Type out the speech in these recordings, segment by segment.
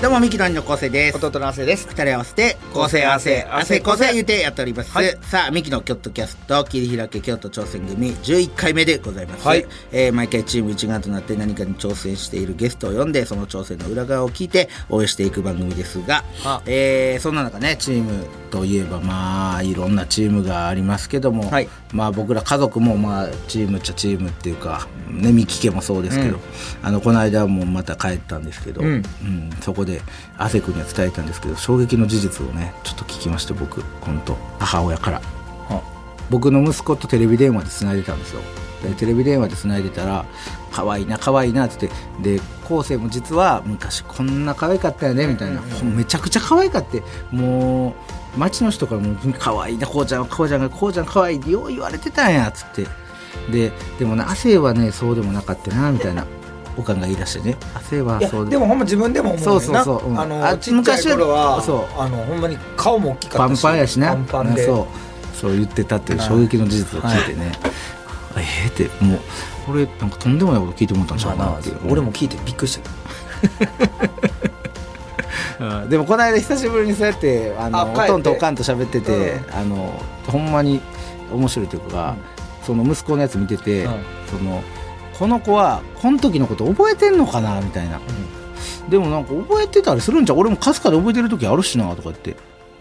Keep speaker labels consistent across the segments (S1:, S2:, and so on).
S1: どうもミキの兄の昴生です
S2: 弟の汗です。
S1: 二人合わせて構成汗汗構成言うてやっております、
S2: はい
S1: さあミキのキョットキャスト切り開け京都挑戦組11回目でございます、
S2: はい
S1: えー毎回チーム一丸となって何かに挑戦しているゲストを呼んでその挑戦の裏側を聞いて応援していく番組ですが
S2: あ、
S1: えーそんな中ねチームといえばまあいろんなチームがありますけども、
S2: はい
S1: まあ僕ら家族もまあチームっちゃチームっていうかねミキ家もそうですけど、あのこの間もまた帰ったんですけど、
S2: うん
S1: うん、そこで汗くんには伝えたんですけど衝撃の事実をねちょっと聞きまして僕本当母親から僕の息子とテレビ電話でつないでたんですよでテレビ電話でつないでたら「可愛いな可愛いな」って言ってで昴生も実は昔こんな可愛かったよねみたいな、ほんめちゃくちゃ可愛かってもう町の人からも「可愛いなこうちゃんはこうちゃんがこうちゃん可愛いってよう言われてたんや」っつってででもな汗はねそうでもなかったなみたいなおかんが言い出してね汗はい
S2: や
S1: そう
S2: でもほんま自分でも思うねんな
S1: そうそうそううん
S2: あの
S1: あ
S2: ちっちゃい頃は
S1: 昔は
S2: あのほんまに顔も大きか
S1: パ
S2: った
S1: ン
S2: し
S1: パンやしな
S2: パンパンで、
S1: うんそうそう言ってたっていう衝撃の事実を聞いてね、えー、ってもうこれなんかとんでもないこと聞いてもらったんちゃう
S2: まあ
S1: か
S2: な
S1: なっていう、
S2: 俺も聞いてびっくりした
S1: うんでもこの間久しぶりにそうやってあの
S2: あ帰って
S1: おとんとおかんと喋ってて、
S2: う
S1: あのほんまに面白いというか、その息子のやつ見てて、
S2: うん
S1: そのこの子はこの時のこと覚えてんのかなみたいな、でもなんか覚えてたりするんじゃう俺もかすかで覚えてる時あるしなとか言って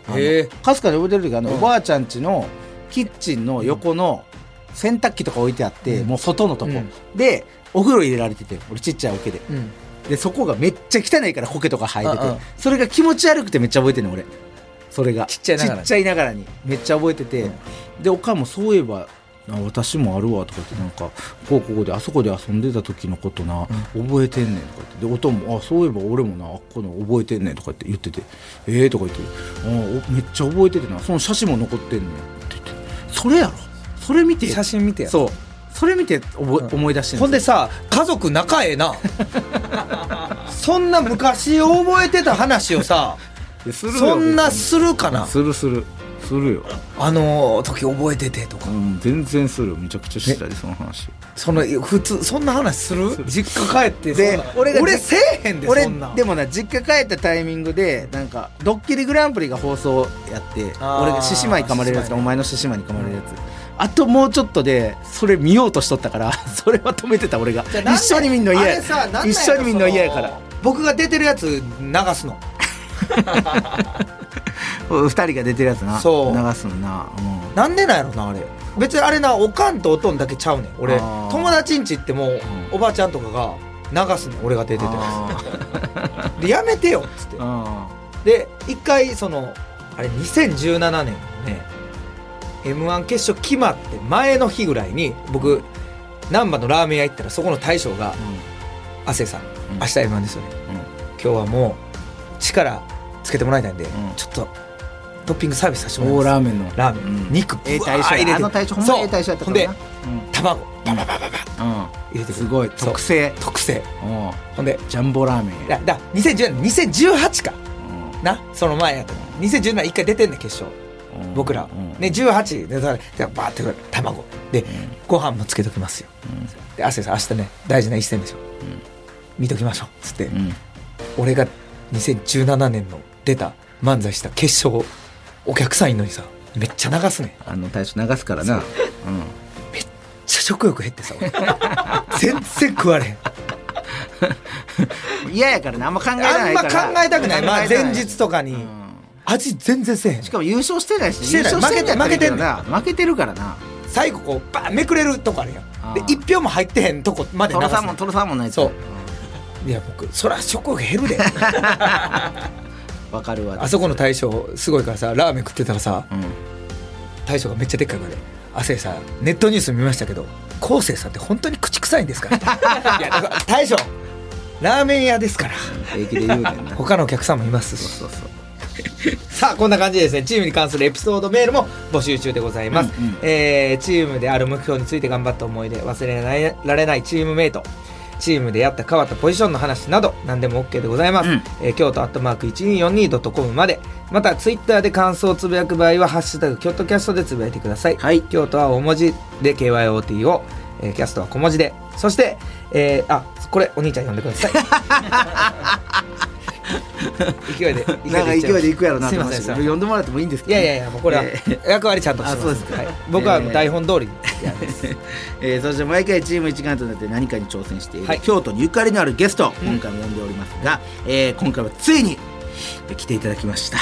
S1: あの
S2: へえ
S1: かすかで覚えてる時あの、
S2: うん
S1: おばあちゃん家のキッチンの横の洗濯機とか置いてあって、
S2: うん
S1: もう外のとこ、
S2: うん
S1: でお風呂入れられてて俺ちっちゃい桶で
S2: うん
S1: でそこがめっちゃ汚いからコケとか生えてて
S2: うんうん
S1: それが気持ち悪くてめっちゃ覚えてんねん俺それが
S2: ちっちゃいながらに
S1: ちっちゃいながらにめっちゃ覚えてて、
S2: うん
S1: でおかんもそういえばあ私もあるわとか言ってなんかこうここであそこで遊んでた時のことな、覚えてんねんとか言ってでおとんもあそういえば俺もなあっこの覚えてんねんとかって言っててええー、とか言ってあおめっちゃ覚えててなその写真も残ってんねんって言ってそれやろそれ見て
S2: 写真見てや
S1: そうそれ見て覚え、
S2: うん
S1: 思い出してん
S2: ほんです
S1: よ
S2: さ家族仲ええ なそんな昔覚えてた話をさ
S1: いやするよ
S2: そんなするかな
S1: するするするよ、
S2: あの時覚えててと
S1: う
S2: か
S1: ん、全然するよめちゃくちゃしたいその話
S2: その普通そんな話する実家帰って
S1: で
S2: そんな
S1: 俺が
S2: 俺せえへんで
S1: 俺
S2: そんなん
S1: でもな実家帰ったタイミングでなんかドッキリグランプリが放送やって
S2: あー
S1: 俺が獅子舞噛まれるやつ
S2: 獅子
S1: ね
S2: 舞
S1: お前の獅子舞に噛まれるやつ、あともうちょっとでそれ見ようとしとったから それは止めてた俺が
S2: じゃあなん
S1: 一
S2: で
S1: 緒に見んの嫌
S2: あ
S1: や
S2: れさなんなんやろ
S1: 一緒に見んの嫌やか
S2: そ
S1: ら
S2: の僕が出てるやつ流すの
S1: 2人が出てるやつな
S2: そう
S1: 流すのな、うん
S2: なんでなんやろなあれ別にあれなおかんとおとんだけちゃうねん俺
S1: あー
S2: 友達んち行ってもう
S1: うん
S2: おばあちゃんとかが流すねん俺が出てて
S1: あー
S2: でやめてよっつって
S1: あ
S2: で一回そのあれ2017年のね m 1決勝決まって前の日ぐらいに僕難波のラーメン屋行ったらそこの大将 が
S1: ー、
S2: 「亜生さん
S1: うん
S2: 明日 m 1ですよね、
S1: うん
S2: 今日はもう力つけてもらいたいんで、
S1: ん
S2: ちょっとトッピングサービスさせて
S1: うん、
S2: も
S1: 大
S2: らいます」
S1: ラーメンの
S2: ラーメン、
S1: うん
S2: 肉
S1: ええ
S2: ぶわー
S1: 大将
S2: 入れ
S1: や
S2: て
S1: あの大将ほんまにええ大将やった
S2: ほ
S1: から
S2: んで
S1: な
S2: 卵バババババ
S1: うん、うん
S2: 入れてくる
S1: すごい
S2: そう
S1: 特製
S2: 特製
S1: うん
S2: ほんで
S1: ジャンボラーメンや
S2: だだ2010 2018か
S1: うん
S2: なその前やった2017一回出てんねん決勝
S1: うん
S2: 僕ら、
S1: うん
S2: ね18でだからバーってくる卵で、ご飯もつけときますよ、で亜生さん明日ね大事な一戦でしょ、見ときましょうつって、
S1: うん
S2: 俺が2017年の出た漫才した決勝お客さんいんのにさめっちゃ流すねん
S1: あの大将流すからな、うん、
S2: めっちゃ食欲減ってさ俺 全然食われへん
S1: 嫌やからなあんま考えた
S2: あ
S1: ない
S2: ん
S1: か
S2: ま
S1: ら
S2: 考えたくない、まあ、
S1: 考えた
S2: 前日とかに、
S1: うん
S2: 味全然せえへん
S1: しかも優勝してないし
S2: してない
S1: 優勝やったらいいけどな
S2: 負
S1: 負けてるからな
S2: 最後こうバーンめくれるとこあるや
S1: あ
S2: んで
S1: ー
S2: 1票も入ってへんとこまで流
S1: トロ
S2: す
S1: サーモントロサーモンない
S2: そ
S1: と
S2: ういや僕そら食欲減るで
S1: わかるわ
S2: あそこの大将すごいからさラーメン食ってたらさ
S1: うん
S2: 大将がめっちゃでっかい声で「亜生さんネットニュース見ましたけど昴生さんって本当に口臭いんです か? 」いやだから大将ラーメン屋ですから
S1: 平気で言うねんな
S2: 他のお客さんもいますし
S1: そうそう
S2: さあこんな感じでですねチームに関するエピソードメールも募集中でございます、
S1: うんうん
S2: えーチームである目標について頑張った思い出忘れられられないチームメイトチームでやった変わったポジションの話など何でも OK でございます、
S1: うん
S2: えー京都アットマーク 1242.com までまたツイッターで感想をつぶやく場合は「ハッシュタグ京都キャスト」でつぶやいてください、
S1: はい
S2: 京都は大文字で KYOT を、えーキャストは小文字でそして、えーあこれお兄ちゃん呼んでくだ さい勢いで
S1: なんか勢い
S2: 行っちゃました
S1: でいくやろな
S2: す
S1: と
S2: い
S1: 思っ
S2: ま
S1: て
S2: せんすいません
S1: 呼んでもらってもいいんです
S2: い
S1: けど
S2: や
S1: ね、
S2: いやいやもうこれは
S1: え
S2: 役割ちゃんとしてま
S1: あ
S2: す
S1: そうですか
S2: はい、僕は
S1: えー
S2: 台本通りに
S1: えーそして毎回チーム一丸となって何かに挑戦している、
S2: はい
S1: 京都にゆかりのあるゲスト
S2: うん
S1: 今回も呼んでおりますが、えー今回はついにえー来ていただきました、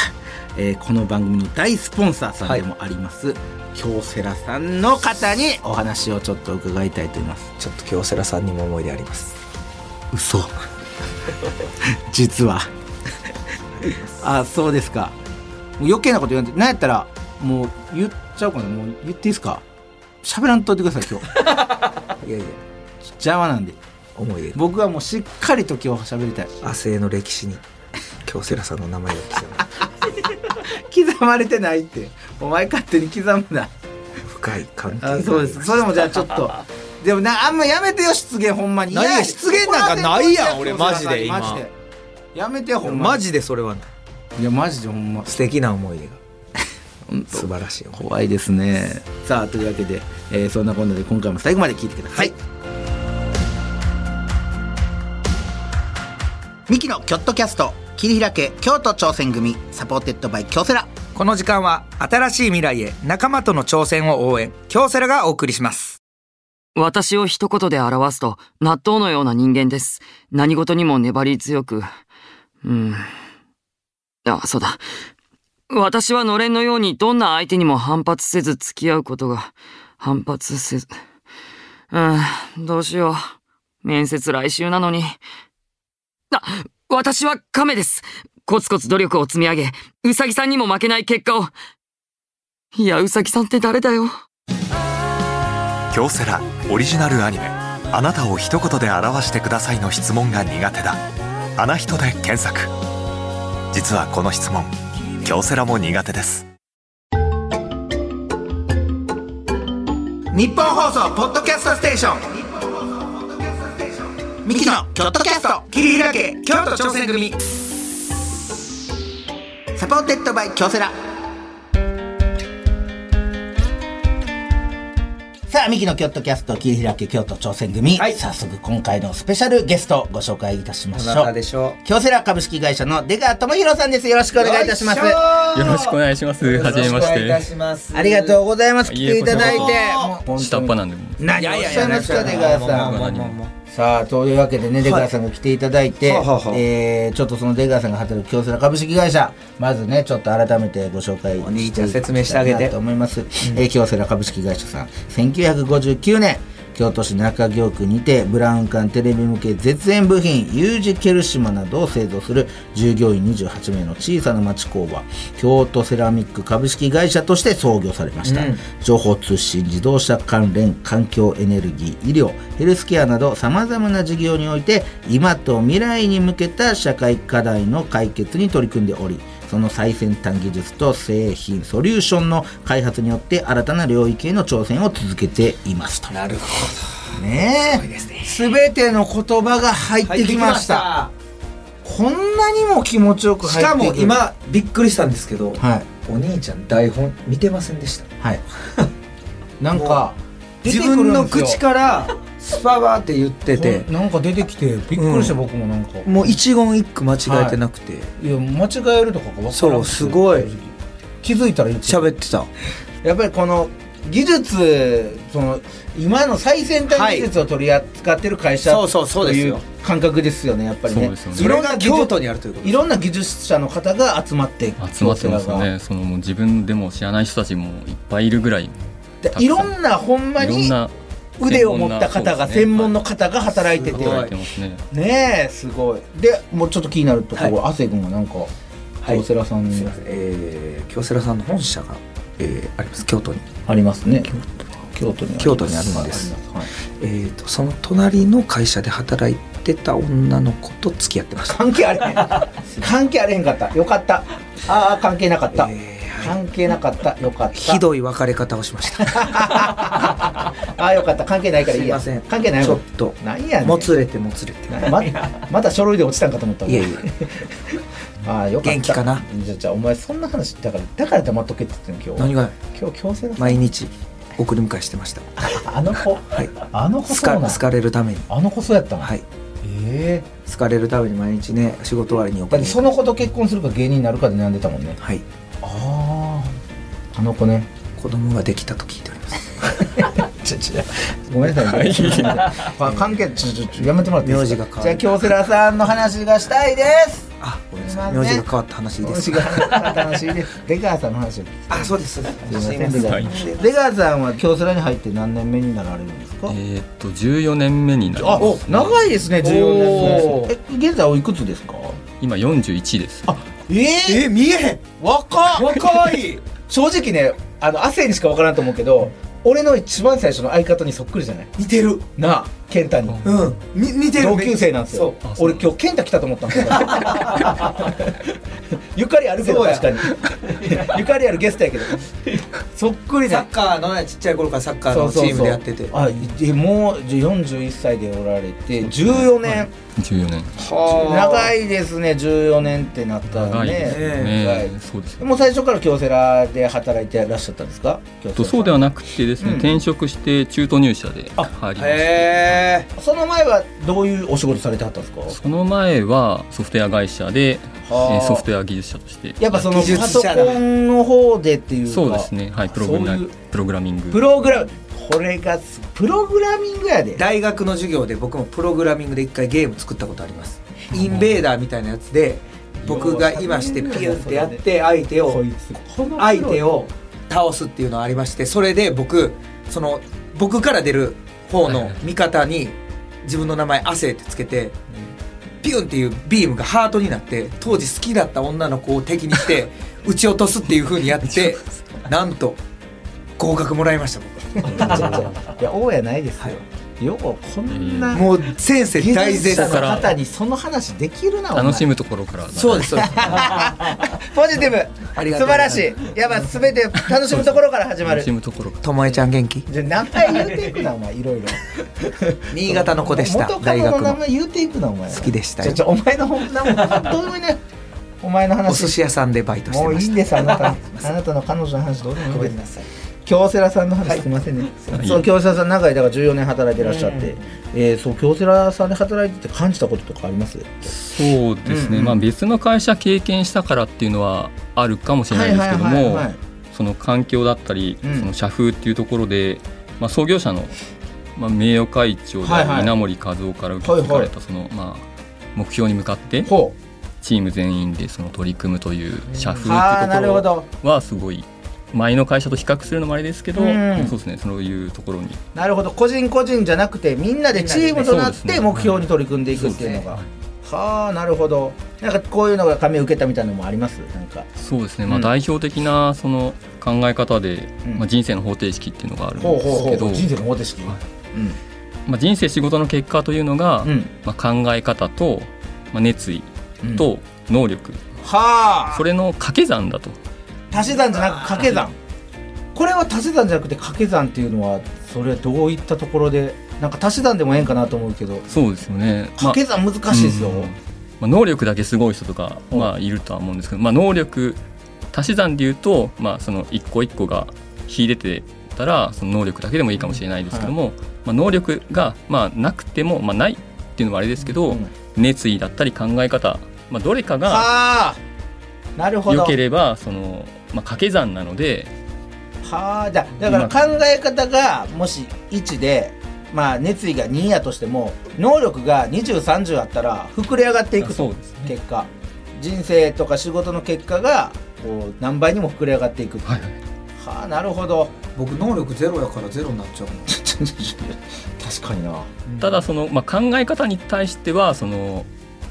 S1: えーこの番組の大スポンサーさんでもあります、京セラさんの方にお話をちょっと伺いたいと思います
S2: ちょっと京セラさんにも思い出あります
S1: 嘘 実はあそうですかもう余計なこと言わんでなんやったらもう言っちゃおうかなもう言っていいですか喋らんといてください今日
S2: いやいや
S1: 邪魔なんで
S2: 思い出
S1: 僕はもうしっかりと今日喋りたい
S2: 亜生の歴史に京セラさんの名前が刻まれ
S1: 刻まれてないってお前勝手に刻むな
S2: 深い関係が
S1: あそうですそれもじゃあちょっとでもなあんまやめてよ失言ほんまに
S2: 何
S1: いや
S2: 失言なんかないやん俺マジで今
S1: マジでやめてよほんま
S2: マジでそれはない
S1: いやマジでほんま
S2: 素敵な思い出が
S1: 本当
S2: 素晴らしい思い出
S1: 怖いですねさあというわけで、えーそんなこんなで今回も最後まで聞いてください、ミキのキョットキャスト切り開け京都挑戦組サポーテッドバイ京セラ
S2: この時間は新しい未来へ仲間との挑戦を応援京セラがお送りします
S3: 私を一言で表すと、納豆のような人間です。何事にも粘り強く。うん。あ、そうだ。私はのれんのようにどんな相手にも反発せず付き合うことが、反発せず。うん、どうしよう。面接来週なのに。あ、私は亀です。コツコツ努力を積み上げ、うさぎさんにも負けない結果を。いや、うさぎさんって誰だよ。
S4: 京セラオリジナルアニメ「あなたを一言で表してください」の質問が苦手だ「あな人」で検索実はこの質問京セラも苦手です
S1: 日本放送ポッドキャストステーションミキのキョットキャスト切り開け京都挑戦組サポーテッドバイ京セラさあミキのキョットキャスト切り開け京都挑戦組、
S2: はい
S1: 早速今回のスペシャルゲストをご紹介いたしま
S2: ど
S1: し
S2: な
S1: ょ
S2: た
S1: う
S2: でしょ
S1: 京セラ株式会社の出川智弘さんですよろしくお
S2: う
S1: 願いいたします
S5: よろしくお願いします。はじめ
S2: よろ
S5: まし
S2: くお願いいた
S5: て。
S2: します
S1: ありがとうございます来
S5: いえ
S1: ていただいて
S5: こちら
S1: もう本当に
S5: 下っ端なんでもう。
S1: 何をおっしゃいますか出川さん
S5: もう何も
S1: さあというわけでね出川さんが来ていただいて、
S2: はあはあはあ
S1: えーちょっとその出川さんが働く京セラ株式会社まずねちょっと改めてご紹介
S2: お兄ちゃん説明してあげて
S1: いきたいなと思います、えー京セラ株式会社さん1959年京都市中京区にてブラウン管テレビ向け絶縁部品 U 字ケルシマなどを製造する従業員28名の小さな町工場京都セラミック株式会社として創業されました、
S2: うん
S1: 情報通信自動車関連環境エネルギー医療ヘルスケアなどさまざまな事業において今と未来に向けた社会課題の解決に取り組んでおりその最先端技術と製品ソリューションの開発によって新たな領域への挑戦を続けていますと
S2: なるほ
S1: ね
S2: どですね
S1: え全ての言葉が入ってきましたこんなにも気持ちよく
S2: し
S1: 入って
S2: か
S1: くる
S2: も今びっくりしたんですけど
S1: はい
S2: お兄ちゃん台本見てませんでした
S1: はいなんか出てく
S2: 自
S1: るん
S2: 分の
S1: ですよ
S2: 口からスパバーって言ってて
S1: ほんなんか出てきてびっくりした、
S2: うん
S1: 僕もなんか
S2: もう一言一句間違えてなくて
S1: いや間違えるとかが分からん
S2: そうすごい
S1: 正直気づいたら言ってた
S2: 喋ってた
S1: やっぱりこの技術その今の最先端技術を取り扱ってる会社、
S2: はいそうそうそうですよ
S1: という感覚ですよねやっぱりね
S5: そうですよね
S2: い
S1: いろ
S2: ろ
S1: ん
S2: ん
S1: な
S2: な
S1: 技術
S2: 京都にあるということ
S1: いろんな技術者の方が集まって
S5: 集まってますよ
S1: 京セラ
S5: ね。そのもう自分でも知らない人たちもいっぱいいるぐらい。
S1: がでいろんなほんま
S5: いろん
S1: に
S5: な
S1: 腕を持った方が専門の方が働いて
S2: そう
S1: て
S2: ですね
S5: 働いてますね。
S1: ねえすごいでもうちょっと気になるところ、亜生君がなんか
S2: い
S1: 京セラさん
S2: すい
S1: に
S2: ませんえー京セラさんの本社がえーあります京都に
S1: ありますね京都に
S2: 京都にあるんです
S1: ありますはい
S2: えーとその隣の会社で働いてた女の子と付き合ってました
S1: 関係あれへん関係あれへんかったよかった
S6: ああ関係なかった、
S2: え
S6: 関係なかったよかった
S2: ひどい別れ方をしま した
S6: ああよかった関係ないからいいや
S2: すいません
S6: 関係ない
S2: ちょっと
S6: なんやねん
S2: もつれてもつれて
S6: なままた書類で落ちたんかと思ったわ
S2: いやいや
S6: ああよかった
S2: 元気かな
S6: じゃあじゃあお前そんな話だからだから黙っとけって言ってんの今
S2: 何
S6: 日
S2: が
S6: 今日強制だぞ
S2: 毎日送り迎えしてました
S6: あの子、あの子
S2: 好
S6: そうな
S2: か
S6: の
S2: 好かれるために
S6: あの子そうやったの、
S2: はい
S6: ええ
S2: 好かれるために毎日ね仕事終わりに送
S6: だっ
S2: り
S6: て
S2: 迎
S6: そ
S2: え
S6: の子と結婚するか芸人になるかで悩んでたもんね
S2: はい
S6: あああの子ね
S2: 子供ができたと聞いております
S6: ちょちょごめんなさい、まあ、関係ちょちょちょやめてもらっていいですか
S2: 名字が変わる
S6: じゃあ京セラさんの話がしたいです
S2: あごめんな
S6: ま
S2: さ
S6: あ
S2: い
S6: ね
S2: 名字が変わった話いいですか
S6: 楽しいです出川さんの話を聞き
S2: あそうですそう
S6: すい
S2: で
S6: ますせん出川さん出川さんは京セラに入って何年目になられるんですか
S5: えーっと14年目になり
S6: あ
S5: ます、
S6: 長いですね14
S2: お
S6: 年
S2: ー
S6: 目え現在おいくつですか
S5: 今41です
S6: えー、え見えへん若若い正直ねあの汗にしか分からんと思うけど俺の一番最初の相方にそっくりじゃない
S2: 似てる
S6: なあ健太に
S2: うんに似てる
S6: 同級生なんですよ
S5: あそう
S6: 俺今日健太来たと思ったん ですよゆかりあるけど
S2: そうや
S6: 確か にゆかりあるゲストやけどそっくりじ
S2: サ
S6: ゃん
S2: ッカーのねちっちゃい頃からサッカーのチームでやってて
S6: そうそうそうあでもうじゃあ41歳でおられて14年、
S5: 14年
S6: 長いですね14年ってなったら
S5: 長いです
S6: ね
S5: ね
S6: ね
S5: そうですね
S6: もう最初から京セラで働いてらっしゃったんですか京セラさん
S5: そうではなくてですね、転職して中途入社で入りまし
S2: へえ
S6: その前はどういうお仕事されてはったんですか
S5: たその前はソフトウェア会社で、え
S6: はあ
S5: ーソフトウェア技術者として
S6: やっぱその
S2: 技
S6: パ
S2: 術
S6: ソ
S2: 者だ
S6: コンの方でっていうか
S5: そうですねはいプログラ
S6: そういう
S5: プログラミング
S6: プログラムこれがすプログラミン グやで
S2: 大学の授業で僕もプログラミングで一回ゲーム作ったことありますインベーダーみたいなやつで僕が今してピュンってやって相手を
S6: こいつこの
S2: 相手を倒すっていうのがありましてそれで僕その僕から出る方の味方に自分の名前「亜生」ってつけてピュンっていうビームがハートになって当時好きだった女の子を敵にして撃ち落とすっていうふうにやってなんと合格もらいました僕
S6: いや王やないですよ、ようこんな
S2: もう先生大絶
S6: 者の
S2: 賛
S6: 方にその話できるなお前
S5: 楽しむところから
S2: そうですそうです
S6: ポジティブ
S2: ありがと
S6: 素
S2: うご
S6: 晴
S2: ざい
S6: ら
S2: ます
S6: しいやっぱ全て楽しむところから始ま
S5: 楽
S6: る
S5: しむところから
S2: ともえちゃん元気
S6: じゃあ名前言うていくなお前いろいろ
S2: 新潟の子でした
S6: 元カ
S2: 大
S6: ノの
S2: 学
S6: 名
S2: の
S6: 前言うていくなお前
S2: 好きでした
S6: じゃ
S2: よ
S6: じゃお前の本名もどうでもいいねお前の
S2: お寿
S6: 話
S2: 司屋さんでバイトして
S6: もう
S2: ま
S6: いい
S2: し
S6: んですあなたあなたの彼女の話どうでもいい
S2: た
S6: ん
S2: ご
S6: で
S2: め
S6: す
S2: んなさい
S6: 京セラさんの話すみませんね、
S5: はい
S6: そう京セラさん長いだから14年働いてらっしゃって、えーそう京セラさんで働いてて感じたこととかあります
S5: そうですね、まあ、別の会社経験したからっていうのはあるかもしれないですけど
S6: はいはい
S5: も
S6: はいはい
S5: その環境だったり、
S6: うん
S5: その社風っていうところで、まあ、創業者の、まあ、名誉会長であ
S6: はいはい
S5: る稲森和夫から受け継がれたその、まあ、目標に向かって
S6: ほう
S5: チーム全員でその取り組むという社風
S6: ああ
S5: って
S6: な
S5: い
S6: る
S5: う
S6: ほ
S5: とこ
S6: ど
S5: ろはすごい前の会社と比較するのもあれですけど、
S6: うん
S5: そうですねそういうところに
S6: なるほど個人個人じゃなくてみんなでチームとなっ
S5: そうで
S6: て
S5: すね
S6: 目標に取り組んでいくっていうのが、はあなるほどなんかこういうのが髪を受けたみたいなのもありますなんか
S5: そうですね、ま
S6: う
S5: あ、
S6: ん
S5: 代表的なその考え方で、
S6: うん
S5: まあ、人生の方程式っていうのがあるん
S6: ほう
S5: です
S6: ほう
S5: け
S6: ほ
S5: ど
S6: う人生の方程式、
S5: は
S6: う
S5: い
S6: ん
S5: まあ、人生仕事の結果というのが、
S6: うん
S5: まあ、考え方と、まあ、熱意
S6: うん
S5: と能力、
S6: はあ
S5: それの掛け算だと
S6: 足し算じゃなく掛け算これは足し算じゃなくて掛け算っていうのはそれはどういったところでなんか足し算でもええんかなと思うけど
S5: そうですよね、ま
S6: 掛
S5: あ
S6: け算難しいですよ、
S5: うんまあ、能力だけすごい人とか、
S6: うん
S5: まあ、いるとは思うんですけど、まあ、能力足し算でいうと、まあ、その一個一個が秀でてたらその能力だけでもいいかもしれないですけども、まあ、能力が、まあ、なくても、まあ、ないっていうのはあれですけど、
S6: うん
S5: 熱意だったり考え方、まあ、どれかが
S6: はあなるほど
S5: 良ければその、まあ、掛け算なので
S6: はあじゃあだから考え方がもし1で、まあ、熱意が2やとしても能力が2030あったら膨れ上がっていく
S5: そ
S6: と
S5: うですね
S6: 結果人生とか仕事の結果がこう何倍にも膨れ上がっていくは
S5: はいはい
S6: あなるほど
S2: 僕能力ゼロやからゼロになっちゃう
S6: 確かにな
S5: ただその、まあ、考え方に対してはその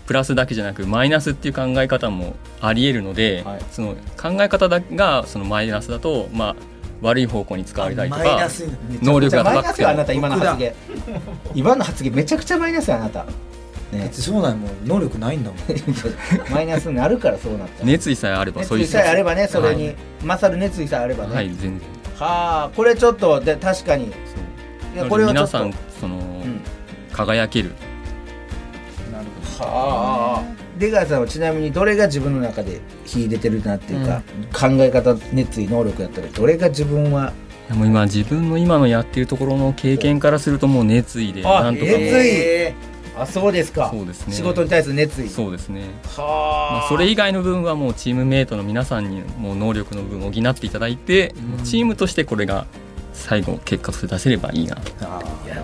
S5: プラスだけじゃなくマイナスっていう考え方もありえるので、
S6: はい
S5: その考え方だがそのマイナスだと、まあ、悪い方向に使われたりと
S2: マイ
S5: か
S2: ナスに
S5: 能力
S6: じゃあ
S5: が
S6: マイ
S5: 高
S6: ナ
S5: く
S6: ス
S5: て
S6: よあ
S5: も
S6: なた今の発言今の発言めちゃくちゃマイナスよあなた
S2: だ
S6: ね
S2: って将来も能力ないんだもん
S6: マイナスになるからそうなった
S5: 熱意さえあればそう
S6: 熱
S5: いう
S6: 意さえあればねそれ
S5: は
S6: に勝る熱意さえあれば
S5: い、
S6: ね
S5: は、
S6: はい
S5: 全然
S6: あこれちょっとで確かにい
S5: そう
S6: やこれはちょ
S5: 皆
S6: っと
S5: さんその、
S6: うん
S5: 輝ける
S2: なるほ
S6: はあ出川さんはちなみにどれが自分の中で秀でてるなっていうか、考え方熱意能力やったらどれが自分はい
S5: やもう今自分の今のやってるところの経験からするともう熱意で
S6: あ
S5: なんとかもう
S6: 熱意あそうですか
S5: そうですね
S6: 仕事に対する熱意
S5: そうですね
S6: は
S5: まあ、それ以外の部分はもうチームメイトの皆さんにもう能力の部分を補っていただいて、チームとしてこれが最後結果として出せればいいなと
S6: あいやね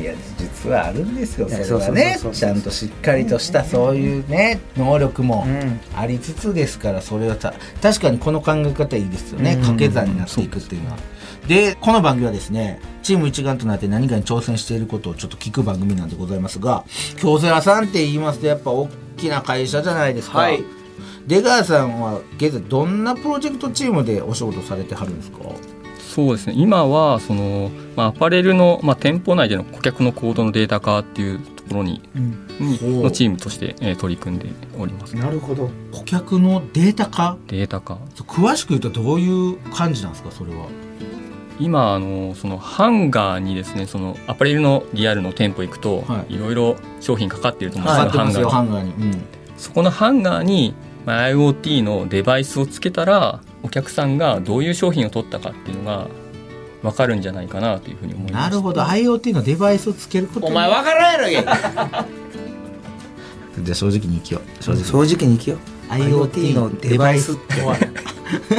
S6: いや実はあるんですよ
S1: いや
S6: それはね
S1: そうそうそうそう
S6: ちゃんとしっかりとしたそういうね能力も
S2: ん
S6: ありつつですからそれはた確かにこの考え方いいですよね
S2: うん
S6: 掛け算になっていくっていうのは。でこの番組はですねチーム一丸となって何かに挑戦していることをちょっと聞く番組なんでございますが京セラさんって言いますとやっぱ大きな会社じゃないですか。
S2: はい
S6: 出川さんは現在どんなプロジェクトチームでお仕事されてはるんですか
S5: そうですね今はその、まあ、アパレルの、まあ、店舗内での顧客の行動のデータ化っていうところに,
S2: うん
S5: に、
S6: ほう
S5: のチームとして、えー取り組んでおります
S2: なるほど
S6: 顧客のデータ化
S5: データ化
S6: 詳しく言うとどういう感じなんですかそれは
S5: 今あのそのハンガーにですねそのアパレルのリアルの店舗行くと、
S6: はい
S5: い、ろいろ商品かかってると思うんで
S6: 使っ
S5: すよ、
S6: てますよ
S5: ハンガー
S6: ハ
S5: に
S6: ンガーに、うん、
S5: そこのハンガーにまあ IoT のデバイスをつけたらお客さんがどういう商品を取ったかっていうのが分かるんじゃないかなというふうに思います
S6: なるほど IoT のデバイスをつけること
S2: お前分からんやろや
S6: じゃあ正直に生きよう正直
S2: 正直に生きよう
S6: IoT のデバイスって
S2: 怖い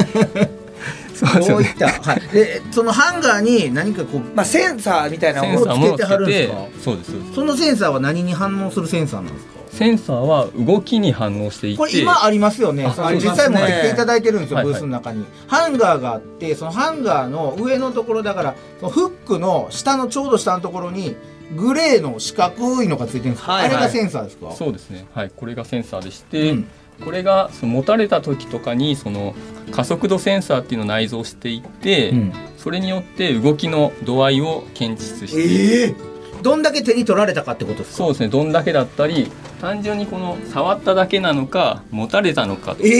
S5: そうです
S6: そ
S5: よ
S6: う
S5: ね
S6: いった、 はい、でそのハンガーに何かこう
S2: まあセンサーみたいな
S5: セ
S2: も
S5: ン
S2: の
S5: サーもつけて
S6: つけてはるんですか
S5: そうですそうです
S6: そのセンサーは何に反応するセンサーなんですか
S5: センサーは動きに反応していて
S6: これ今ありますよね
S5: あ
S6: その
S5: あり
S6: 実
S5: ます
S2: ね
S6: 際も入っていただいてるんですよ、
S5: はいはい
S6: ブースの中に、ハンガーがあってそのハンガーの上のところだからそのフックの下のちょうど下のところにグレーの四角いのがついてるんですか、
S2: はいはい
S6: あれがセンサーですか
S5: そうですねはいこれがセンサーでして、
S6: うん
S5: これがその持たれた時とかにその加速度センサーっていうのを内蔵していって、
S6: うん
S5: それによって動きの度合いを検出して
S2: ええ
S6: どんだけ手に取られたかってことですか
S5: そうですねどんだけだったり単純にこの触っただけなのか持たれたのかとか
S6: え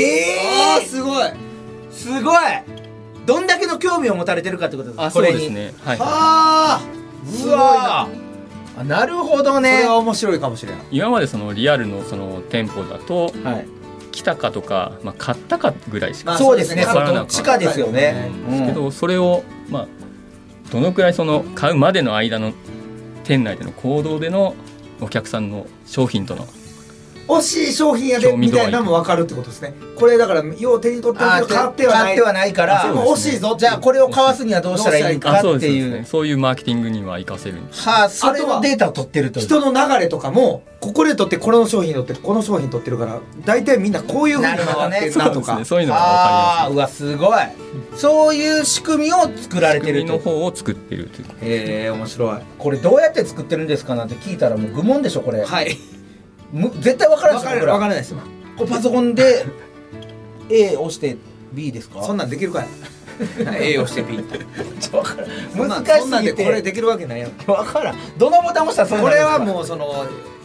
S2: あ
S6: え
S2: ーすごい
S6: すごいどんだけの興味を持たれてるかってことですこ
S5: あそう
S6: れ
S5: で
S6: に
S5: すねはい、
S6: はあうわあなるほど
S2: そ
S6: ね
S2: れは面白いかもしれない
S5: 今までそのリアルのその店舗だと
S6: はい、
S5: 来たかとか、まあ、買ったかぐらいしか、
S2: まあ
S6: そうですね
S5: そうですね
S6: どっちかですよね、
S5: うんですけどそれをまあどのくらいその買うまでの間の店内での行動でのお客さんの商品との
S2: 惜しい商品やで
S5: 興
S2: み
S5: 味度
S2: た
S5: 合い
S2: いなのも分かるってことですねこれだからよう手に取ってる
S6: あ
S2: け
S6: ー
S2: ど買ってはない
S6: 買ってはないから
S2: でも惜しいぞ
S6: じゃあこれをかわすにはどうしたらいいの
S5: あ
S6: か
S5: そう
S6: っ
S5: で
S6: て
S5: す
S6: い
S5: そううですねそういうマーケティングには活かせるんです
S6: はあそれ
S2: あと
S6: の
S2: は
S6: データを取ってるという
S2: 人の流れとかもここで取ってこの商品取ってこの商品取ってるから大体みんなこういうふうに
S6: なるほど
S2: 回
S6: ね
S2: ってるなと
S5: そう
S2: か
S5: ですねそういうのが
S6: ああー
S5: 分かり
S6: うわすごいそういう仕組みを作られ
S5: ま
S6: て
S5: す
S6: る
S5: 国の
S6: と
S5: 方を作ってるということ
S2: へえ面白い
S6: これどうやって作ってるんですかなんて聞いたらもう愚問でしょこれ、
S2: はい
S6: む絶対分からん
S2: 分
S6: で
S2: かる
S6: しょ僕
S2: 分か
S6: ら
S2: らないですよ
S6: これパソコ ンで A 押して B ですか
S2: そんなんできるかい A をして B
S6: わからん
S2: そんなん
S6: 難し
S2: そんな
S6: す
S2: んで
S6: ぎ
S2: こ
S6: て
S2: れできるわけないやろ
S6: わからんどのボタン押したらそれ
S2: これは
S6: う
S2: もうその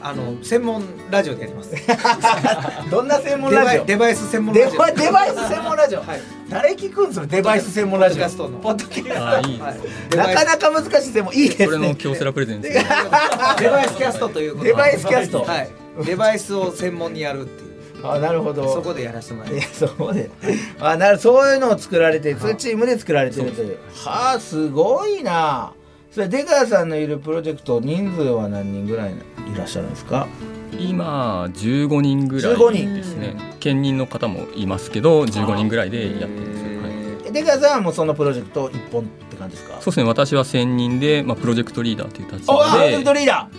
S2: あの専門ラジオでやりますデ
S6: どんな専門ラ
S2: バ
S6: ジオ
S2: イデ
S6: デ
S2: バイス専門ラジオ
S6: バデバイス専門ラジオ、
S2: はい
S6: 誰聞くんそれデバイス専門ラジオ
S2: ポッドキャストの
S6: ポッドキャスト
S5: あーいいで
S2: は
S5: すね
S2: デバイ
S6: な
S2: ス
S6: かなか難しい専門いいで
S5: そ
S6: す
S5: れの
S6: ね
S5: 京セラプレゼンツ
S2: デバイスキャストということで
S6: デバイスキャスト
S2: はいデバイスを専門にやるっていう
S6: あなるほど
S2: そこでやらせてもらい
S6: い
S2: ま
S6: や
S2: す
S6: そうであなるそういうのを作られてそういうチームで作られてるというはあすごいなそれ出川さんのいるプロジェクト人数は何人ぐらいいらっしゃるんですか
S5: 今15人ぐら
S6: 15
S5: い
S6: 人
S5: ですね兼任の方もいますけど15人ぐらいでやってます、はい、
S6: え出川さんはもうそのプロジェクト一本って感じですか
S5: そうですね私は専任で、まあ、プロジェクトリーダーという立
S6: おあプロジェ
S5: 場
S6: クト
S5: で
S6: リーダ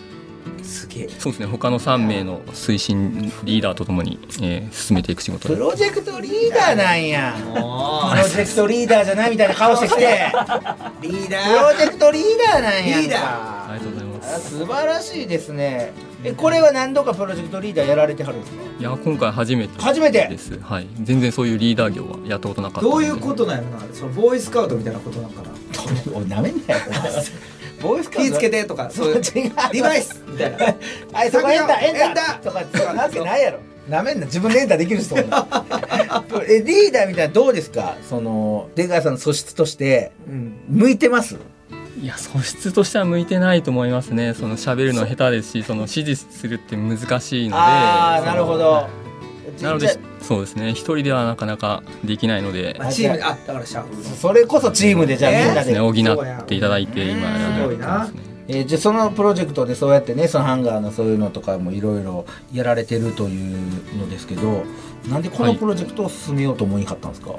S2: すげえ
S5: そうですね他の3名の推進リーダーとともに、えー進めていく仕事
S6: ープ
S5: で
S6: ロジェクトリーダーなんや
S2: も
S6: プロジェクトリーダーじゃないみたいな顔してきて
S2: うリーダ
S6: プロ
S2: ー
S6: ジェクトリーダーなんやんか
S2: リーダー
S5: ありがとうございま
S6: あ
S5: す
S6: 素晴らしいですねえこれは何度かプロジェクトリーダーやられてはるんですか
S5: いや今回初めて
S6: 初めて
S5: です、はい、全然そういうリーダー業はやったことなかった
S2: ど
S5: の
S2: う
S5: で
S2: いうことなんやろなそのボーイスカウトみたいなことなんかな
S6: おいなめんなよお前ボーイスカウ
S2: 気
S6: ト
S2: つけてと かそういう
S6: そう違う
S2: デバイスみたいな
S6: あいそこエンター
S2: エンター
S6: エンターとかとかなんてないやろなめんな自分でエンターできる人えリーダーみたいなどうですかその出川さんの素質として
S2: うん
S6: 向いてます
S5: いや素質としては向いてないと思いますねその喋るの下手ですしその指示するって難しいので
S6: ああなるほ
S5: その
S6: ど
S5: なのでそうですね一人ではなかなかできないので
S2: まあチームであだからシャッフルの
S6: それこそチームでじゃあ
S2: えー
S6: みんな
S5: ですね
S6: で、
S5: 補っていただいて今やられ
S2: すご
S5: て
S2: い
S5: ま
S2: な
S5: すね
S6: えーじゃあそのプロジェクトでそうやってねそのハンガーのそういうのとかもいろいろやられてるというのですけどなんでこの
S5: はい
S6: プロジェクトを進めようと思いはったんですか、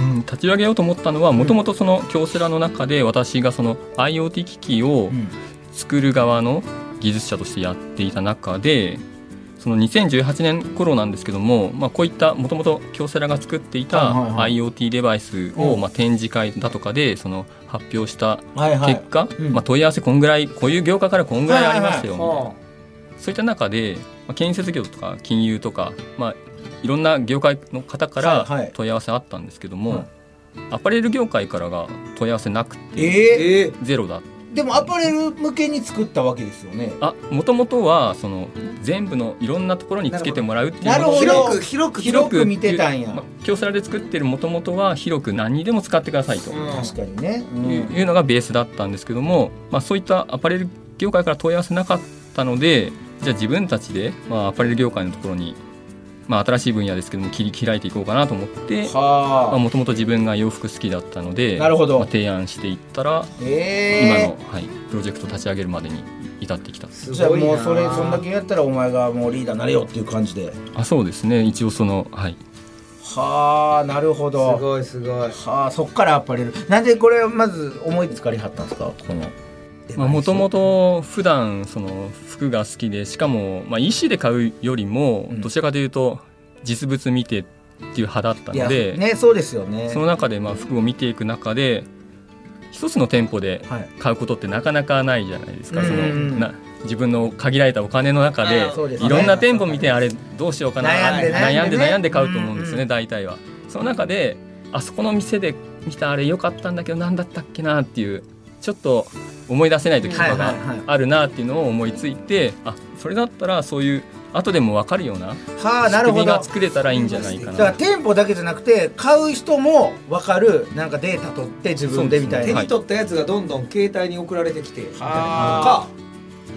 S5: うん、立ち上げようと思ったのはもともとその京セラの中で私がその IoT 機器を
S6: うん
S5: 作る側の技術者としてやっていた中でその2018年頃なんですけども、まあ、こういったもともと京セラが作ってい
S6: は
S5: た
S6: いはいはい
S5: IoT デバイスをまあ展示会だとかでその発表した
S6: はいはい
S5: 結果、
S6: うん
S5: まあ、問い合わせこんぐらいこういう業界からこんぐらいありますよみたいな、
S2: は
S5: そういった中で、まあ、建設業とか金融とか、まあ、いろんな業界の方か
S6: はいはい
S5: ら問い合わせあったんですけども、
S6: はい
S5: アパレル業界からが問い合わせなくて
S2: あ
S6: え
S2: え
S5: ゼロだ
S6: ーでもアパレル向けに作ったわけですよね
S5: あもともとはその全部のいろんなところにつけてもらうっていう
S6: なる
S2: ー
S6: ほど
S5: ことで
S2: 広く広く
S6: 広く見てたんや
S5: まあ京セラで作ってるもともとは広く何にでも使ってくださいと
S2: うん
S6: 確かにね、う
S5: いう,、のがベースだったんですけども、まあ、そういったアパレル業界から問い合わせなかったのでじゃあ自分たちで、まあ、アパレル業界のところに、まあ、新しい分野ですけども切り開いていこうかなと思って
S6: はあ
S5: もともと自分が洋服好きだったので
S6: なるほど
S5: まあ提案していったら今
S6: え
S5: の、はい、プロジェクト立ち上げるまでに至ってきた
S6: え
S2: す
S6: じゃあ
S2: ごいな
S6: もうそれそんだけやったらお前がもうリーダーになれよっていう感じで
S5: あそうですね一応その、はい、
S6: はあなるほ
S2: す
S6: ど
S2: ごいすごい
S6: はあそっからアパレルなんでこれをまず思いつかりはったんですかこの
S5: もともと普段その服が好きでしかも、まあ、EC で買うよりも
S6: うん
S5: どちらかというと実物見てっていう派だった
S6: いや
S5: ので、
S6: ねそうですよね
S5: その中でまあ服を見ていく中で一つの店舗で
S6: はい
S5: 買うことってなかなかないじゃないですか、
S6: うん
S5: そのな自分の限られたお金の中
S2: あ
S5: で
S2: ー
S6: そうですね
S5: いろんな店舗見てあれどうしようかな
S6: 悩
S2: んで
S5: あ
S6: 悩んで
S5: 悩んで
S6: ね
S5: 悩んで買うと思うんです
S6: う
S5: よ
S6: んう
S5: ね大体は。その中であそこの店で見たあれ良かったんだけど何だったっけなっていうちょっと思い出せない時とか
S6: は
S5: が
S6: いはいはい
S5: あるなっていうのを思いついてあそれだったらそういう後でも分かるような
S6: はあなるほ
S5: 仕組み
S6: どだ
S5: が
S6: か
S5: 作れたらいいんじゃないかな。
S6: ら店舗だけじゃなくて買う人も分かるなんかデータ取って自分でみたい
S2: 手
S6: な、
S5: は
S2: に取ったやつがどんどん携帯に送られてきてみたいなか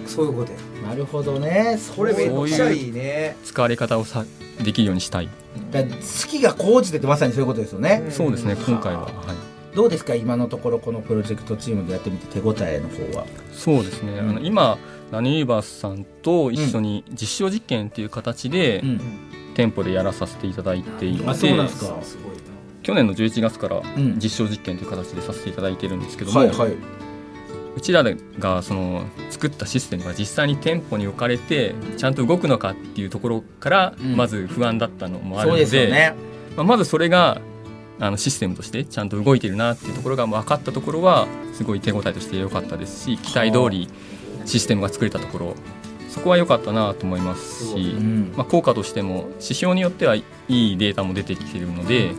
S2: そういうことや
S6: なるほどねそ
S2: こ
S6: れ
S2: れ
S6: め
S2: めっ
S6: っち
S2: ち
S6: ゃ
S2: ゃ
S6: いい
S2: いいね
S5: 使われ方をさできるようにしたい、
S6: だから好きが高じてってまさにそういうことですよね、
S2: うん
S5: そうですね今回は、
S6: はあ
S5: はい、
S6: どうですか今のところこのプロジェクトチームでやってみて手応えの方は
S5: そうですね、あの
S6: うん
S5: 今ラニーバースさんと一緒に実証実験っていう形で、
S6: ん
S5: 店舗でやらさせていただいていて
S6: あそうなんですか
S2: すごいな
S5: 去年の11月から
S6: ん
S5: 実証実験という形でさせていただいてるんですけども、
S6: はいはいう
S5: ちらがその作ったシステムが実際に店舗に置かれてちゃんと動くのかっていうところから
S6: うん
S5: まず不安だったのもある
S6: そう
S5: の
S6: で
S5: で,、
S6: すよね
S5: まあ、まずそれがあのシステムとしてちゃんと動いてるなっていうところが分かったところはすごい手応えとして良かったですし期待通りシステムが作れたところそこは良かったなと思いますし、
S6: うん
S5: まあ、効果としても指標によってはいいデータも出てきているので、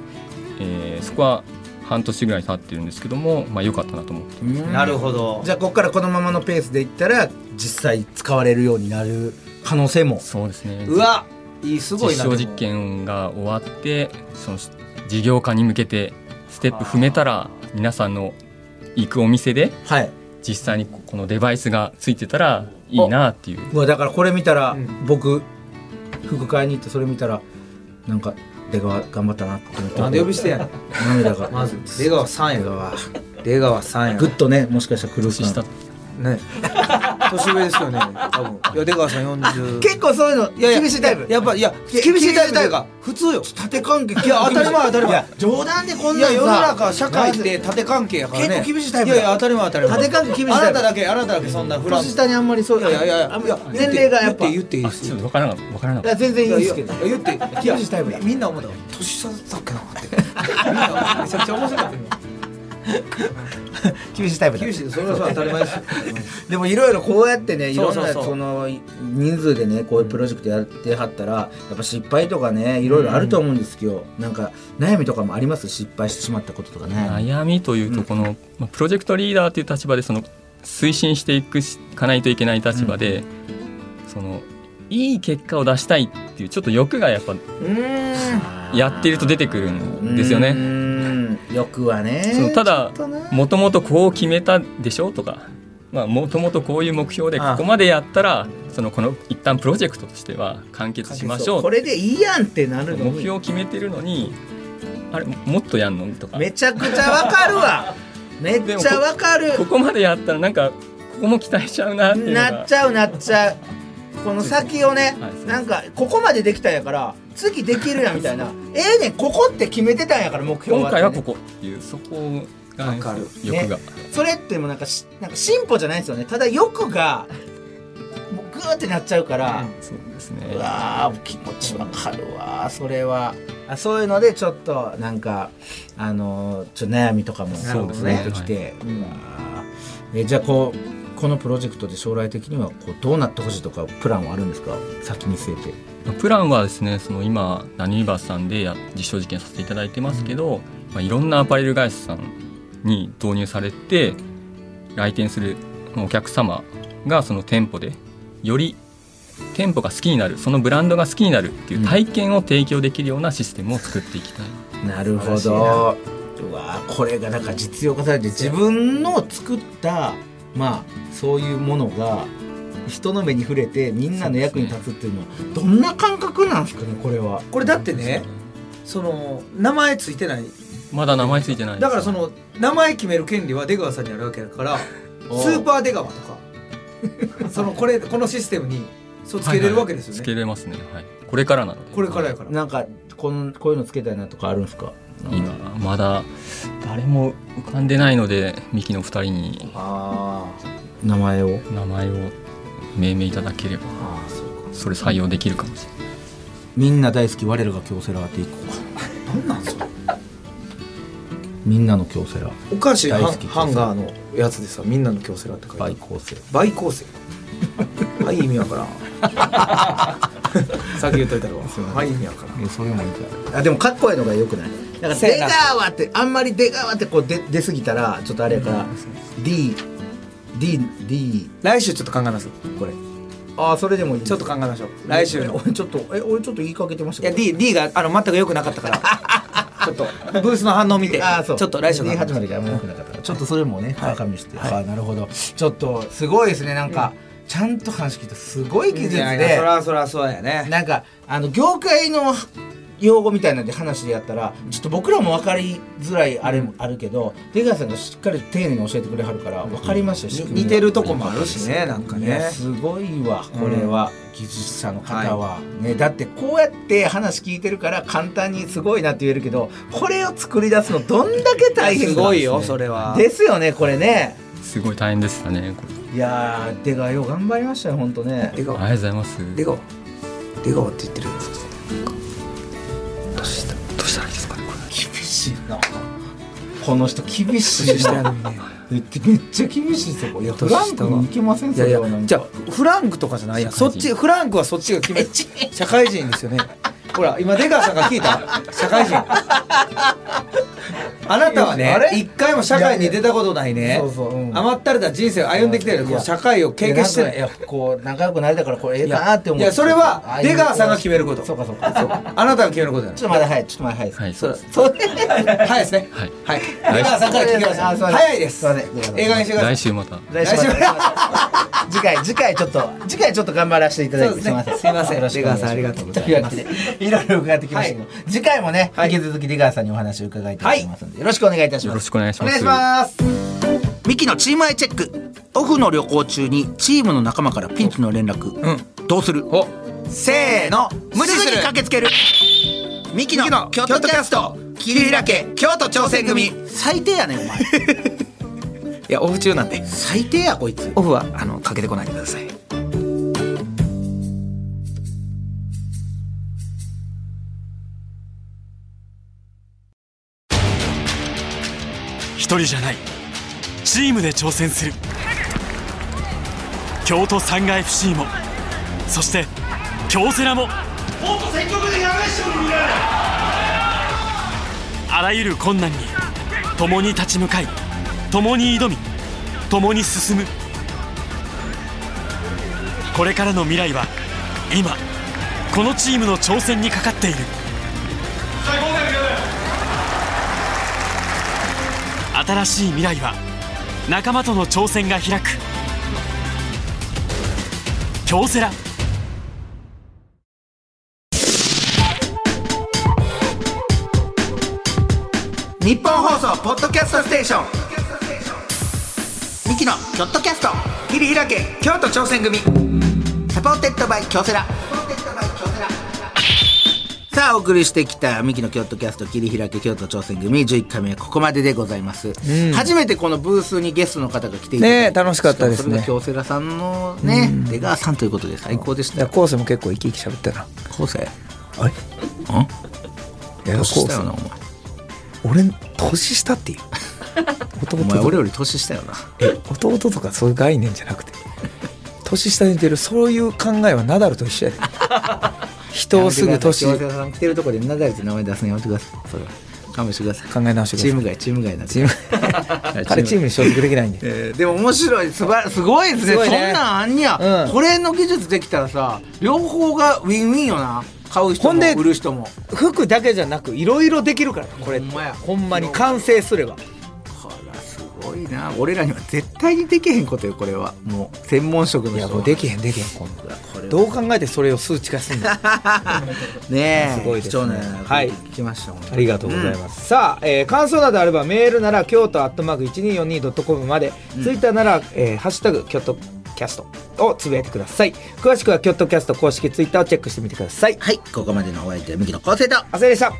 S5: えーそこは半年ぐらい経ってるんですけども、まあ、良かったなと思って
S2: なるほど
S6: じゃあここからこのままのペースでいったら実際使われるようになる可能性も
S5: そうですね
S2: うわいいすごいな
S5: 実証実験が終わってその事業化に向けてステップ踏めたら皆さんの行くお店で
S6: はい
S5: 実際にここのデバイスがついてたらいいなっていう
S6: うわだからこれ見たら、
S2: うん
S6: 僕服買いに行ってそれ見たらなんか出川頑張ったなって思
S2: で
S6: った
S2: もなんで呼び捨てやね
S6: 涙が
S2: ん まず出川さん
S6: 出
S2: や
S6: 川
S2: 出川さんや
S6: グッとねもしかしたら苦し
S5: 年
S6: い
S5: 下
S2: ね年上ですよね多分いや出川さん40
S6: 結構そういうの
S2: いやいや
S6: 厳しいタイプ
S2: やっぱいや厳しいタイプだが普通よ
S6: 縦関係
S2: いや当たり前当たり前
S6: いや冗談でこん
S2: い
S6: な
S2: や
S6: ん
S2: 世の中
S6: さ
S2: 社会って縦関係やからね
S6: 結構厳しいタイプだ
S2: いやいや当たり前当たり前
S6: 縦関係厳しいタイプ
S2: あなただけあなただけそんなフラン
S6: 年下にあんまりそう
S2: いやいやいや
S6: あん
S2: いや
S6: 年齢がやっぱ
S2: 言って言
S5: あ
S2: っていい
S5: ちょっと分からなかった分からなか
S6: い
S5: っ
S6: や全然いいですけど
S2: いやいや言ってい
S6: 厳しいタイプだ
S2: みんな思ったわ年下だっけなってみんなめちゃくちゃ面白かった今
S6: 厳しいタイプだ
S2: 厳しいですそれはそう当たり前ですよ
S6: でもいろいろこうやってねい
S2: そ
S6: ろ
S2: うんそうそう
S6: なその人数でねこういうプロジェクトやってはったらやっぱ失敗とかねいろいろあると思うんですけどなんか悩みとかもあります失敗してしまったこととか
S5: た
S6: ね
S5: 悩みというとこの、まあプロジェクトリーダーという立場でその推進していくしかないといけない立場で、そのいい結果を出したいっていうちょっと欲がやっぱやってると出てくるんですよね。
S6: ねよくはね
S5: そのただ
S6: ちょっとな
S5: もともとこう決めたでしょとかもともとこういう目標でこ
S2: ああ
S5: こまでやったらそのこの一旦プロジェクトとしては完結しましょ
S6: こ
S5: う
S6: れでいいやんってなるの
S5: 目
S6: に
S5: 標を決めてるのにあれもっとやんのとか
S6: めちゃくちゃわかる わめっちゃわかる
S5: ここまでやったらなんかここも期待しちゃうなっていうの
S6: な
S5: が
S6: っちゃうなっちゃうこの先をね、
S5: はいそうです
S6: なんかここまでできたんやから次できるやんみたいなええねんここって決めてたんやから目標は、
S5: 今回はここっていうそこが
S2: わかる
S5: 欲が、
S6: それってもうなんかしなんか進歩じゃないんですよねただ欲がもうグーってなっちゃうから、
S5: そうですね
S6: うわー気持ちわかるわそれはあそういうのでちょっとなんかあのーちょっと悩みとかも
S2: そうです
S5: ね
S6: 出てきて、うわーえじゃあこうこのプロジェクトで将来的にはこうどうなってほしいとかプランはあるんですか先見据えて
S5: プランはですねその今ナニーバーさんでや実証実験させていただいてますけど、まあ、いろんなアパレル会社さんに導入されて来店するお客様がその店舗でより店舗が好きになるそのブランドが好きになるっていう体験を提供できるようなシステムを作っていきたい、
S6: なるほ
S2: 素晴
S6: どうわーこれがなんか実用化されて自分の作ったまあそういうものが人の目に触れてみんなの役に立つっていうのはどんな感覚なんですかねこれは
S2: これだってねその名前ついてない
S5: まだ名前ついてないです
S2: だからその名前決める権利は出川さんにあるわけだからスーパー出川とかそのこれこのシステムにそうつけれるわけですよね、
S5: つけれますね、はい、これからなので
S2: これからやから
S6: なんかこのこういうのつけたいなとかあるんですか
S5: 今まだ誰も浮かんでないのでミキの2人に
S6: あー名前を
S5: 名前を命名いただければ
S6: あそうか
S5: それ採用できるかもしれ
S6: みんな大好き我らが京セラっていこう
S2: な
S6: か
S2: んなんそれ
S6: みんなの京セラ
S2: お菓子
S6: 大
S2: ハ
S6: 好
S2: ン
S6: き
S2: ハンガーのやつでさみんなの京セラって書いてあ
S6: 倍
S2: る
S6: 構成
S2: 倍構成はい意味わ からんさっき言っといたらわはい意味わからん
S6: それもいいからあでもかっこいいのがよくないだから出川ってあんまり出川ってこう出出過ぎたらちょっとあれやから、DDD
S2: 来週ちょっと考えますこれ
S6: ああそれでもいい
S2: ちょっと考えましょう来週の
S6: 俺ちょっとえ俺ちょっと言いかけてまし
S2: い
S6: た
S2: や D, D があの全く良くなかったからちょっとブースの反応見て
S6: あーそう
S2: ちょっと来週の
S6: で
S2: 話
S6: 始まりがあんま良くなかったからちょっとそれもね加みして、ああなるほどちょっとすごいですねなんか、ちゃんと話聞いてすごい技術
S2: い
S6: で
S2: やいやそらそらそうやね
S6: なんかあの業界の用語みたいなんで話でやったらちょっと僕らも分かりづらいあれもあるけど出川さんがしっかり丁寧に教えてくれはるから分かりましたよ仕組み
S2: 似
S6: が
S2: てるとこもあるしねなんか
S6: いや
S2: ね
S6: すごいわこれは、技術者の方は、ね、だってこうやって話聞いてるから簡単にすごいなって言えるけどこれを作り出すのどんだけ大変
S2: す
S6: かなん
S2: ご
S6: で
S2: い
S6: すね
S2: よそれは
S6: ですよねこれね
S5: ないすごい大変でしたねこれ
S6: いやー出川よう頑張りましたよ本当ね
S2: で
S5: ありが
S2: か
S5: とうございます
S2: でかでかって言ってる
S5: どうしたどうしたらいいですかねこれ
S6: 厳しいなこの人厳し
S2: 年
S6: い
S2: 下や
S6: な
S2: のにね
S6: めっちゃ厳しいですよこれいやフランクにいけません
S2: いやい
S6: それは
S2: や
S6: なんか
S2: じゃあフランクとかじゃないやんそっちフランクはそっちが決め社会人ですよねほら今出川さんが聞いた社会人あなたはね
S6: あれ
S2: 一回も社会に出たことないね
S6: そうそううん
S2: 余ったれた人生を歩んできてる
S6: い
S2: こ
S6: や
S2: う社会を経験してない
S6: いやなんかいやこう仲良くなれたからこれええかなって思う
S2: い
S6: い
S2: やいやそれは出川さんが決めること
S6: そうかそうかそうか
S2: あなたが決めることじゃない
S6: ちょっとまだはいちょっとまだはいです
S5: はい
S2: そ
S5: そうう
S2: で
S5: です
S2: す
S6: そう
S2: 早いですね
S5: はい
S2: はい出川さんから聞きまし
S6: あすい
S2: た
S6: ません
S2: 早いです
S6: すいません出川さん
S2: 映画にしてください
S5: 来週また
S6: 来週また次回次回ちょっと次回ちょっと頑張らせていただい
S2: そう
S6: て
S2: ですねすいません
S6: よろしくお
S2: 出川
S6: 願いし
S2: さ
S6: ま
S2: ん
S6: す
S2: ありがとうございます
S6: とうわけでいろいろ伺ってきましたけど、次回もね、引き続き出川さんにお話を伺いたいと思いますので、よろしくお願いいたします
S5: よろしくお願いします
S6: お願いしますミキのチームアイチェックオフの旅行中にチームの仲間からピンチの連絡、
S2: う
S6: どうする
S2: せーの無視する
S6: けつけるミキの京都キャスト桐平家京都挑戦組最低やねお前
S2: いやオフ中なんで
S6: 最低やこいつ
S2: オフはあのかけてこないでください
S7: 一人じゃないチームで挑戦する京都サンガ FC もそして京セラもあらゆる困難に共に立ち向かい共に挑み共に進むこれからの未来は今このチームの挑戦にかかっている新しい未来は仲間との挑戦が開く京セラ
S1: 日本放送ポッドキャストステーションミキのキョットキャスト
S2: 切り開け京都挑戦組
S1: サポーテッドバイ京セラさあお送りしてきたミキの京都キャスト切り開け京都挑戦組11回目はここまででございます、初めてこのブースにゲストの方が来ていただいて、
S2: ねえ楽しかったですね
S1: しかもそれが京セラさんのね、出川さんということで最高でし
S2: い
S1: た
S2: や
S1: よ
S2: コースも結構生き生き喋ったな
S1: 昴生
S2: あれいやコー
S1: 年
S2: ス
S1: 下よなお前
S2: 俺年下っていう
S1: お
S2: 弟と
S1: 前俺より年下よな
S2: え弟とかそういう概念じゃなくて年下に似てるそういう考えはナダルと一 緒やで人をすぐ年
S1: やめ
S2: 考
S1: てください京セラさん来てるとこでナダルって名前出すのやめてくださいそれは勘弁してください
S2: え直して
S1: チー
S2: く
S1: ム外チーム外になって
S2: だ さい彼チームに所属できないんで
S1: えーでも面白いすばすごいですね
S2: すごいね
S1: そんなんあんにゃ、
S2: うん
S1: これの技術できたらさ両方がウィンウィンよな買う人
S2: ほん
S1: も
S2: で
S1: 売る人も
S2: 服だけじゃなくいろいろできるからこれ
S1: ほんまや
S2: ほんまに完成すれば
S1: こらすごいな俺らには絶対にできへんことよこれはもう専門職の
S2: い
S1: 人
S2: や
S1: は
S2: もうできへんできへんこんな
S1: これは
S2: どう考えてそれを数値化すんだ
S1: ねえ
S2: すごいです
S1: 貴
S2: ね
S1: 重な
S2: はい
S1: 聞きました
S2: ありがとうございます、さあ、えー感想などあればメールなら京都アットマーク 1242.com まで、ツイッターなら、えーハッシュタグ京都キャストをつぶやいてください詳しくは京都キャスト公式ツイッターをチェックしてみてください
S1: はいここまでのお相手はミキの昴生と
S2: あせでした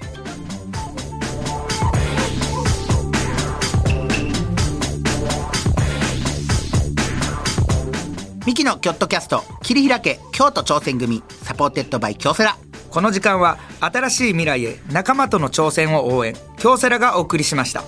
S1: ミキのキョットキャスト切り開け京都挑戦組サポーテッドバイ京セラ
S2: この時間は新しい未来へ仲間との挑戦を応援京セラがお送りしました